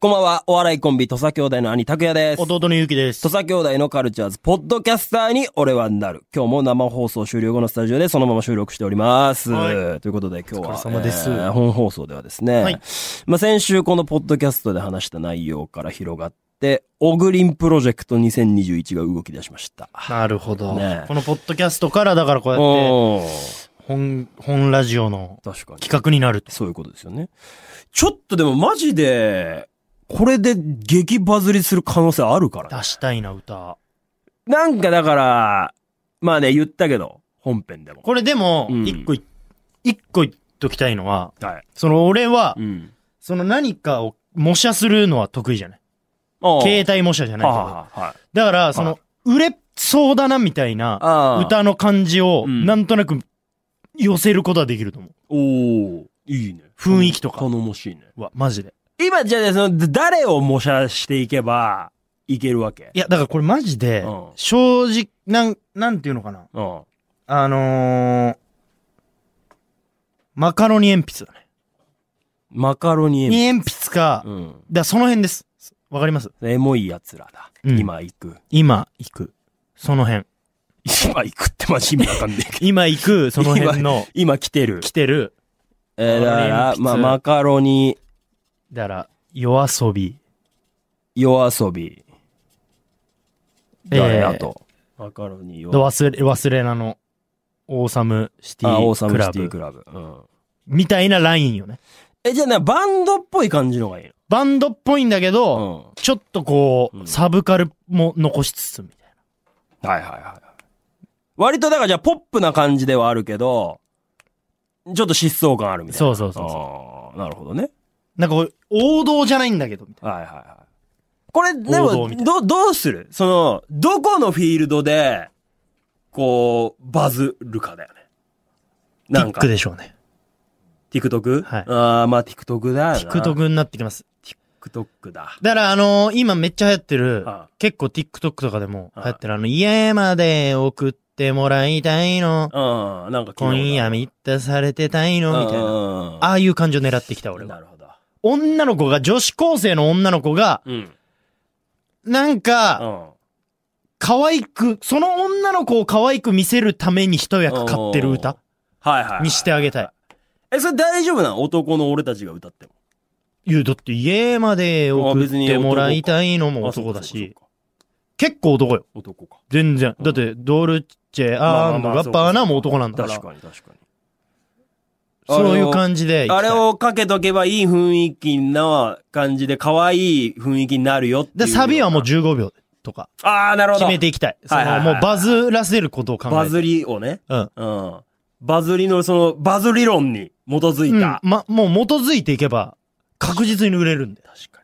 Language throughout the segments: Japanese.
こんばんは、お笑いコンビ、土佐兄弟の兄、拓也です。弟のゆうきです土。佐兄弟のカルチャーズ、ポッドキャスターに俺はなる。今日も生放送終了後のスタジオでそのまま収録しております。はということで今日は、お疲れ様ですー本放送ではですね、はいまあ、先週このポッドキャストで話した内容から広がって、オグリンプロジェクト2021が動き出しました。なるほどねえこのポッドキャストから、だからこうやって、おー本、本ラジオの確かに。企画になると。そういうことですよね。ちょっとでもマジで、これで激バズりする可能性あるからね出したいな、歌。なんかだから、まあね、言ったけど、本編でも。これでもう、ん一個い、一個言っときたいのは、はい。その俺はう、ん。その何かを模写するのは得意じゃない。携帯模写じゃないけど。はあ、はい。だから、そはの、売れそうだな、みたいな、ああ。歌の感じを、うんなんとなく、寄せることはできると思おおいいね。雰囲気とか頼もしいね。う。わ、マジで。今、じゃあね、その、誰を模写していけば、いけるわけいや、だからこれマジでうん、正直、なん、なんていうのかな。うん。あのー、マカロニ鉛筆だね。マカロニエミ。に鉛筆か、だかうん。らその辺です。わかりますエモい奴らだ。うん今行く。今行く。その辺。今行くってマジ意味わかんねえけど。 今行く、その辺の、今来てる。来てる。えー、だから、マカロニ鉛筆まあ、マカロニ、だから、夜遊び。夜遊び。え誰ーあと。マカロニ、夜で忘れ、忘れなの、オーサムシテあ、オーサィムクラシティブク。ラブ。うん。みたいなラインよね。え、じゃあな、バンドっぽい感じのがいいバンドっぽいんだけど、のちょっとこうんう、サブカルも残しつつみたいな。うん。はいはいはい。割とだからじゃあポップな感じではあるけど、ちょっと疾走感あるみたいな。そうそうそうそう。なるほどね。なんかこう、王道じゃないんだけど、みたいはいはいはい。これ、で王道も、みたいど、どうするその、どこのフィールドで、こう、バズるかだよね。な。なんか、 TikTok でしょうね。 TikTok? はいああ、まあ TikTok だよな。 TikTok になってきます。 TikTok だ。だから、あのー今めっちゃ流行ってるああ、結構 TikTok とかでもああ流行ってる、あの、家まで送ってもらいたいの、うん、なんか今夜密たされてたいの、みたいな。な。ああいう感じを狙ってきた、俺なは。るほど。女の子が、女子高生の女の子が、うん。なんうか、ん。可愛く、その女の子を可愛く見せるために一役買ってる歌はいはいはい。にしてあげたい。え、それ大丈夫なの男の俺たちが歌っても。いや、だって家まで送ってもらいたいのもあそう男かだし、そうか結構男よ。男か。全然。うんだって、ドルチェ、アンド、まあまあまあガッパーナも男なんだから確。かに確かに。そういう感じで行きたい。あれをかけとけばいい雰囲気な感じで、可愛い雰囲気になるよっていうで、サビはもう15秒とか、ああ、なるほど。決めていきたい。そはいはいの、はいもうバズらせることを考えて。バズりをね。うん。うん。バズりの、その、バズ理論に基づういんた。。ま、もう基づいていけば、確実に売れるんで。確か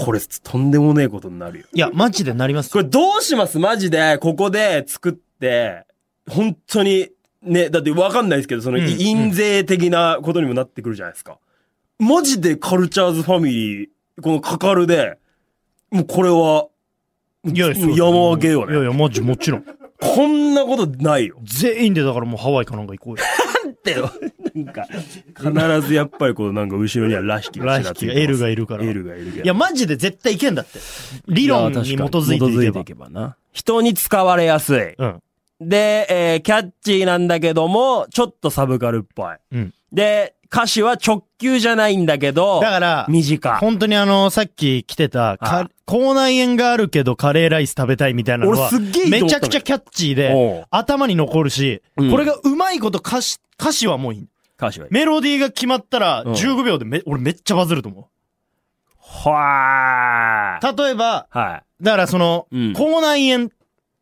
に。これ、とんでもねえことになるよ。いや、マジでなりますこれどうしますマジで、ここで作って、本当に、ね、だってわかんないですけど、その、うんい印税的なことにもなってくるじゃないですか。マジでカルチャーズファミリー、このカカルで、もうこれは、いやいや、そう山分けよねいやいや、マジ、もちろん。こんなことないよ。全員でだからもうハワイかなんか行こうよ。ってよ。なんか、必ずやっぱりこう、なんか後ろにはラヒキラヒキが、エルがいるから。エルがいるけどいや、マジで絶対いけんだって。理論に基づいていけば。ばな。人に使われやすい。うん。で、えーキャッチーなんだけども、ちょっとサブカルっぽい。うんで、歌詞は直球じゃないんだけど、だから、短。本当にあの、さっき来てた、はか口内炎があるけどカレーライス食べたいみたいなの俺は、すっげえいいと思めっちたゃのよくちゃキャッチーおうで、頭に残るし、うんこれがうまいこと歌詞、歌詞はもういい。歌詞はいい。メロディーが決まったら、うん15秒でめ、俺めっちゃバズると思はう。例えば、ー。はだからその、うん口内炎い。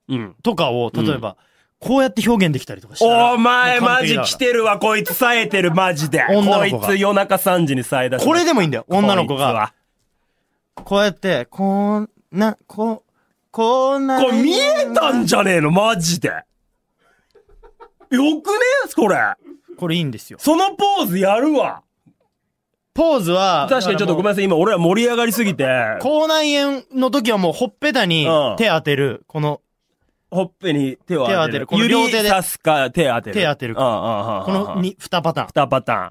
うん。とかを、例えば、こうやって表現できたりとかしたらお前マジ来。もてるわ、こいつ冴えてる、マジで。女このい子がつ夜中3時に冴えだう完璧だからこれでもいいんだよ、女の子が。が。こうやって、こんな、こ、こんな。これ見えたんじゃねえの、マジで。よくねこれ。これいいんですよ。そのポーズやるわ。ポーズは、確かにちょっとごめんん。なさい、今俺ら盛り上がりすぎて、口内炎の時はもうほっぺたにうん手当てる、この、ほっぺに手を当てる。手を当てるこの両手で指刺すか手当てる。手当てるうんうんうん。この2、に2パターン。二パターン。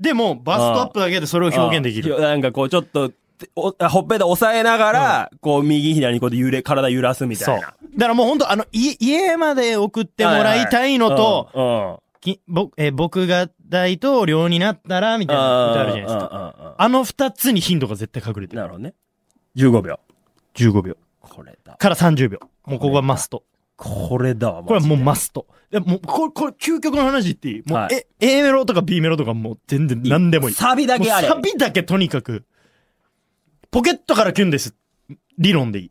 でも、バストアップだけでそれを表現できうる。んなんかこうちょっと、って、おあほっぺた押さえながら、こう、右左にこうやって揺れ、体揺らすみたそう。いだな。からもう本当あの、い家まで送ってもらいたいのと、うんうん、き僕えー僕が大統領になったら、みたいなことあるじゃないですか。か。あの二つに頻度が絶対隠れてなる。るほどね。15秒。 15秒。これだ。から30秒。もうここはマスト。これだわ、これはもうマススト。でもう、これ、これ、究極の話言っていいもう、はいえ A メロとか B メロとかもう全然何でもいい。サビだもうけあれ。サビだけとにかく、ポケットからキュンです。理論でいい。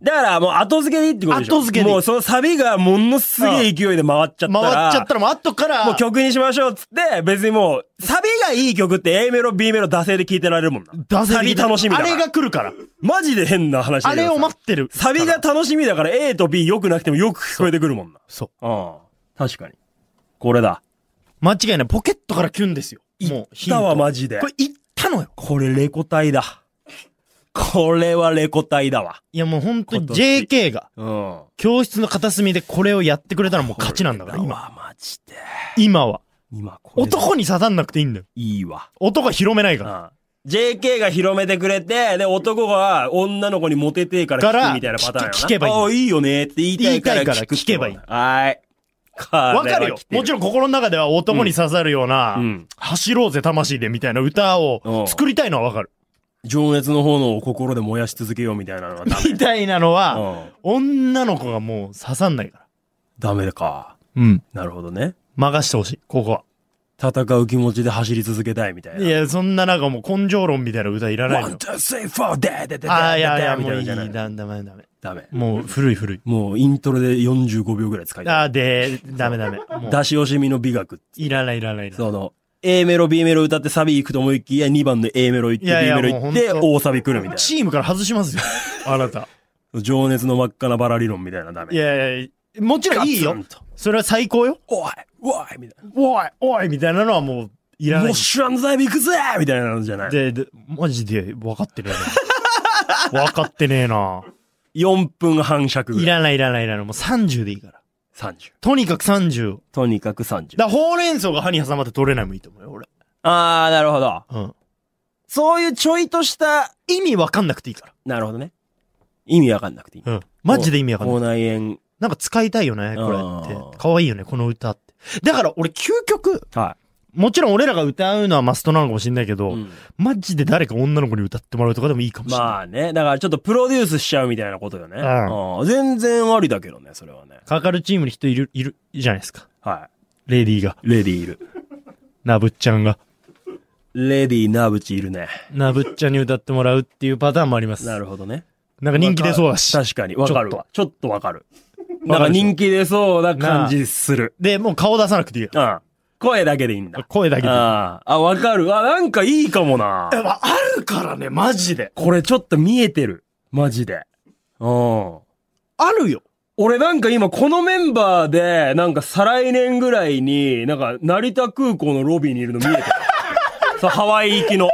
だからもう後付けでいいってことでしょ後付けでいいもうそのサビがものすげえ勢いで回っちゃったら。回っちゃったらもう後から、もう曲にしましょうっつって、別にもう、サビがいい曲って A メロ、B メロ、惰性で聴いてられるもんな。ダセサビ楽しみだあから。れが来るから。マジで変な話だあけどれさを待ってる。サビが、楽しみだから A と B 良くなくてもよく聞こえてくるもんな。そう。うん。確かに。これだ。間違いない。ポケットからキュンですよ。もう、来たわ、マジで。これ言ったのよ。これレコ隊だ。これはレコ隊だわ。いやもう本当に今年 JK がうん。教室の片隅でこれをやってくれたらもう勝ちなんだから、今今。はマジで。今は。今これだ男に刺さんなくていいんだよ。いいわ。男は広めないから。 JK が広めてくれて、で、男が女の子にモテてえからか聞らくみたいなパターンやな。聞聞けばいいああ、いいよねって言いたいから言いたいから聞くって聞けばいいことはーい。わかるよ。もちろん。ろん心の中では男に刺さるような、うん走ろうぜ魂でみたいな歌うをん作りたいのはわかる。情熱の方のを心で燃やし続けようみたいなのがダメ。みたいなのは、うん女の子がもう刺さんないから。ダメか。うん。なるほどね。任してほしい、ここは。戦う気持ちで走り続けたいみたいな。いや、そんななんかもう根性論みたいな歌いらないの One, よ。 two, three, four, ででででああ、いやいや、みもたうい、ないじゃダなメダメダメ。ダメ。もう古い古い。もうイントロで45秒ぐらい使いあたい。あ、で、ダメダメ。 もう出し惜しみの美学。いらないいらないいらない。その、A メロ、B メロ歌ってサビ行くと思いきや、2番の A メロ行っいて、やい B やメロ行っもうて、ほんと大サビ来るみたいチームから外します よ。あなた。な。情熱の真っ赤なバラ理論みたいなダいメ。やいや、もちろんいいガツよンと。それは最高よ。おいおいみたいおい、おい、みたいなのはもう、いな。らなも。いうシュアンザイビ行くぜみたいなのじゃない。で、で、マジで分かってるよね。 分かってねえな。 4分半尺ぐいらい。らないいらないいらない。もう30でいいから。 30。とにかく30。とにかく30。だからほうれん草が歯に挟まって取れないもいいと思うよ、俺。あー、なるほど。うん。そういうちょいとした、意味分かんなくていいかなるほどね。意味わかんなくていい。ら。うん。マジで意味分かんない口。内炎。なんか使いたいよね、これあっーて。可愛いよね、この歌って。だから俺究極、はもちろん俺らが歌うのはマストなのかもしれないけど、い。うんマジで誰か女の子に歌ってもらうとかでもいいかもしれない。まあね。だからちょっとプロデュースしちゃうみたいなことよね。うんうん全然ありだけどね、それはね。かかるチームに人いる、いる、じゃないですか。はレディーが、い。レディいる。なぶっちゃんが、レディーナブチいるね。なぶっちゃんに歌ってもらうっていうパターンもあります。なるほどね。なんか人気出そうだし。確かに、わかるわ。ちょっとわかる。わなんかかるでしょ人気出そうな感じする。で、もう顔出さなくていいよ。うん。声だけでいいんだ。声だけで。ああ、わかる。あ、なんかいいかもな。やあるからね、マジで。これちょっと見えてる。マジで。うん。あるよ。俺なんか今このメンバーで、なんか再来年ぐらいに、なんか成田空港のロビーにいるの見え てた。そう、ハワイ行きの。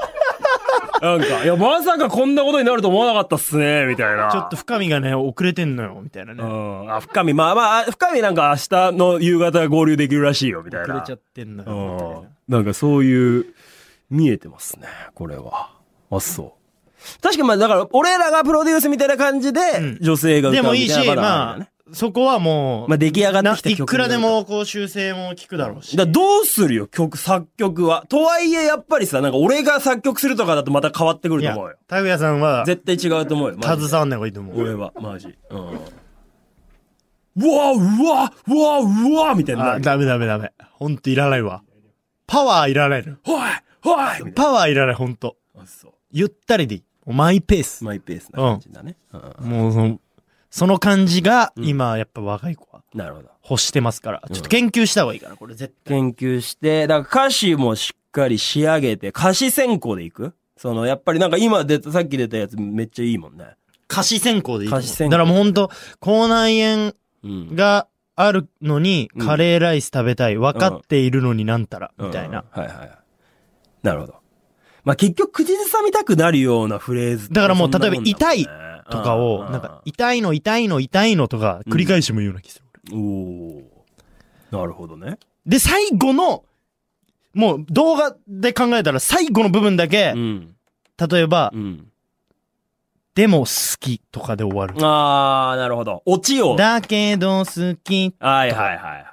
なんか、いや、まさかこんなことになると思わなかったっすね、みたいな。ちょっと。深みがね、遅れてんのよ、みたいなうね。ん。あ、深見、まあまあ、深見なんか明日の夕方合流できるらしいよ、みたい遅な。れちゃってんのうよ、みたいんな。。なんかそういう、見えてますね、これは。あ、そう。確かにまあ、だから、俺らがプロデュースみたいな感じでん、女性が歌でうみたもいいいなパし、ターンるまよねあ、そこはもう、まあ出来上がってきた曲いくらでも、こう、修正も効くだろうし。だからどうするよ、曲、作曲は。とはいえ、やっぱりさ、なんか俺が作曲するとかだとまた変わってくいるとや思うよ。、拓也さんは、絶対違うと思うよ。マジで携わんない方がいいと思俺う。は、マジ。うん。うわうわうわうわみたいになあ、る。ダメダメダメ。ほんといらないわ。パワーいらないの。おいおいみたいパワーいらない、ほんと。な。あそゆったりでいい。マイペースう。。マイペースな感じだね。うん。もうその、その感じが、今、やっぱ若い子はなるほど。欲してますから。ちょっと研究した方がいいかな、これ絶対。研究して、だから歌詞もしっかり仕上げて、歌詞選考でいくその、やっぱりなんか今出た、さっき出たやつめっちゃいいもんね。歌詞選考でいいと思う。歌詞選考だからもうほんと、口内炎うん。があるのに、うんカレーライス食べたい。分かっているのになんたら、みたいな。うんはいはいはい。なるほど。まあ、結局、口ずさみたくなるようなフレーズってだからもうそんなもんだんね例えばとかうを、んなんか、痛いの痛いの痛いのとか、繰り返しも言うような気する。俺おーなるほどね。で、最後の、もう動画で考えたら最後の部分だけう、ん。例えばう、ん。でも好きとかで終わる。あー、なるほど。オチを。だけど好き。はいはいはいはい。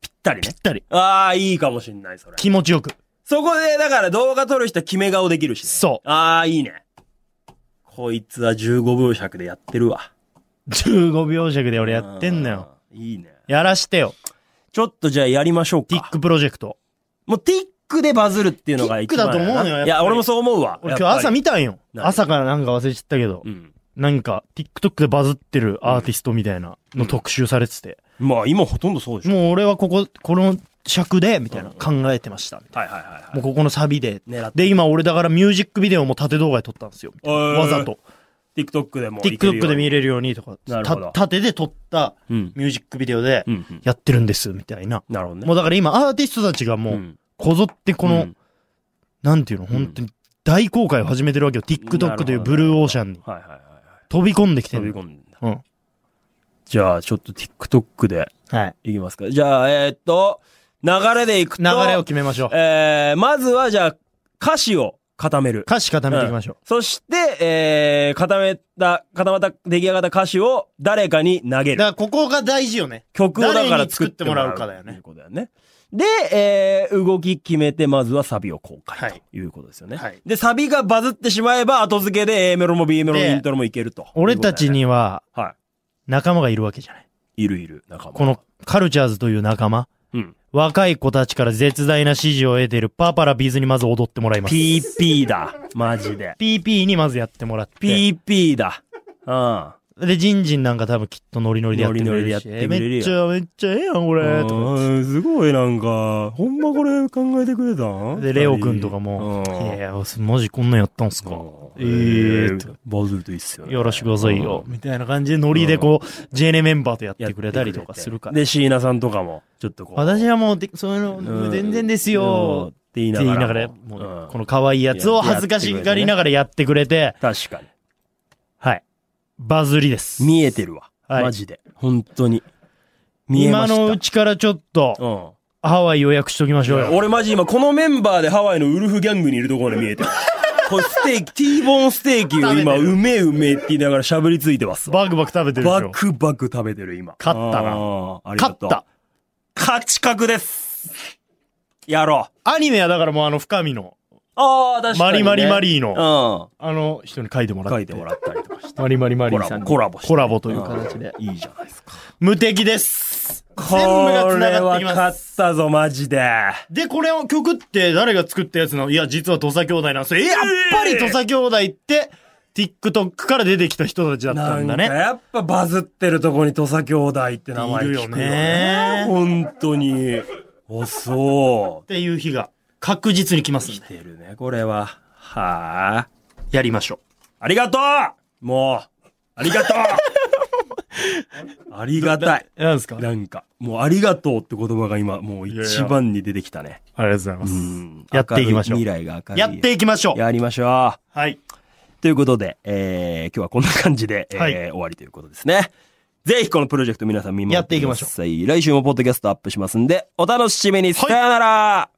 ぴったりぴねっ。たり。あー、いいかもしんない、それ。気持ちよく。そこで、だから動画撮る人は決め顔できるし、ね。。そうあー、いいね。こいつは15秒尺でやってるわ。 15秒弱で俺やってんのよ。あー。いいね。やらしてよ。ちょっとじゃあやりましょうティかッ。クプロジェクト。もうティックでバズるっていうのが一番やなティックだと思うのよやっぱりいや、俺もそう思うわ。俺今日朝やっぱり見たんよ。何朝からなんか忘れちゃったけど。うん。なんか、TikTok でバズってるアーティストみたいなの特集されてて。まあ今ほとんどそうでしょ。もう俺はここ、この尺で、みたいな考えてました。はいはいはいはも。いうここのサビで。狙って。で、今俺だからミュージックビデオも縦動画で撮ったんですよ。えーわざと。 TikTok でも。 TikTok でる。見れるようにとか。なるほどた縦で撮ったうん。ミュージックビデオでう、んうん。やってるんです、みたいな。なるほどね。もうだから今アーティストたちがもう、んこぞってこうのん、なんていうの、本当に大公開を始めてるわけよ。なるほ TikTok どというブルーオーシャンにはいはいはいはい。飛び込んできて飛びる。込んでんだ。うん。じゃあちょっと TikTok ではい。いきますか。じゃあ、えーっと、流れでいくと。流れを決めましょう。えー、まずはじゃあ、歌詞を固める。歌詞固めていきましょう。そして、えー、固めた、固まった、出来上がった歌詞を誰かに投げる。だからここが大事よね。曲をだか誰らに作作っっててももららううかかだだよよね。ねということだよね。で、えー、動き決めて、まずはサビを公開はいということですよね。はいで、サビがバズってしまえば、後付けで A メロも B メロもでイントロもいけると。俺たちにはは仲間がいるわけじゃない。い。いるいる、仲間。この、カルチャーズという仲間。うん。若い子たちから絶大な支持を得ているパーパラビーズにまず踊ってもらいます。 PP だ。マジで。 PP にまずやってもらって。 PP だ。うん。で、ジンジンなんか多分きっとノリノリでやってくれるし。ノリノリでやってくれるよめっちゃ、めっちゃええやん、これ。とかうんすごいなんか、ほんまこれ考えてくれたんで、レオくんとかうも、んいやいや、マジこんなんやったんすか。うんえーえーバズるといいっすよね。よろしくくださいよ。みたいな感じでノリでこう、JN メンバーとやってくれたりとかするから。で、椎名さんとかも、ちょっとこう。私はもうで、そういううの、ん全然ですよ。って言いって言いななががら、ら。もう、んこの可愛いやつを恥ずかしがりながらやってくれて、確かに。はい。バズりです。見えてるわ。はいマジで。本当に。見えま今した。のうちからちょっと、うん。ハワイ予約しときましょうよ。俺マジ今このメンバーでハワイのウルフギャングにいるところまで見えて る。これステーキ、ティーボーンステーキを今、食べてうめえうめえって言いながらしゃぶりついてますわ。バクバク食べてるでしバょ。クバク食べてる今。勝ったなあー。ありが勝っとうた。。勝ち確です。やろう。アニメはだからもうあの、深見の、ああ、確かマに、ね。リマリマリーーの、の。あの人に書いてもうん。ら書っいてて。もらったりとかして。マリマリマリコーラさんボ、にコラボしてコラボという形で。うんいいじゃないですか。無敵です。全部がこ繋れがっはてきま勝す。ったぞ、マジで。で、これを曲って誰が作ったやつなのいや、実は土佐兄弟なんですよ。えやっぱり土佐兄弟って、TikTok から出てきた人たちだったなんんだかね。やっぱバズってるとこに土佐兄弟って名前聞くよね。いるよね本当に。お、そっていう日が確実に来ますんう。で。出るね、これは。はあ。やりましょありがとうもう、ありがとうありがたい。う。なんですかありがなんか、もうありがとうって言葉が今、もう一番に出てきたね。とうございまうす。んやっていきましょう明るい未来が明るい。やっていきましょう。やりましょう。はい。ということで、えー、今日はこんな感じで、えーはい終わりということですね。ぜひこのプロジェクト皆さん見守ってください。やっていきましょう。来週もポッドキャストアップしますんで、お楽しみに。さよなら、